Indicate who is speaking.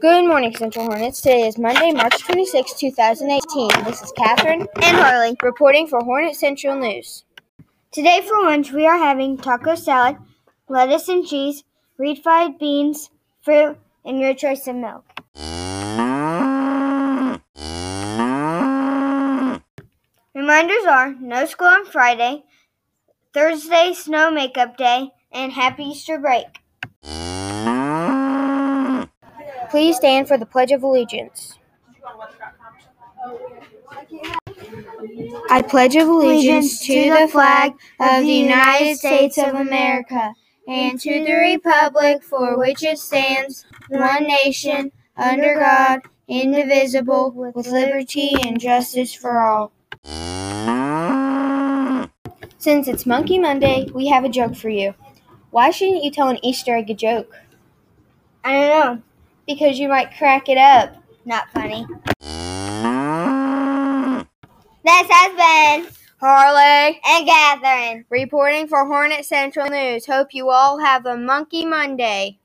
Speaker 1: Good morning, Central Hornets. Today is Monday, March 26, 2018. This is Catherine
Speaker 2: and Harley.
Speaker 1: reporting for Hornet Central News.
Speaker 2: Today for lunch we are having taco salad, lettuce and cheese, reed fried beans, fruit, and your choice of milk. Reminders are no school on Friday, Thursday snow makeup day, and happy Easter break.
Speaker 1: Please stand for the Pledge of Allegiance. I pledge allegiance to the flag of the United States of America and to the republic for which it stands, one nation, under God, indivisible, with liberty and justice for all. Since it's Monkey Monday, we have a joke for you. Why shouldn't you tell an Easter egg a joke?
Speaker 2: I don't know,
Speaker 1: Because you might crack it up.
Speaker 2: not funny. This has been
Speaker 1: Harley,
Speaker 2: and Catherine.
Speaker 1: reporting for Hornet Central News. Hope you all have a Monkey Monday.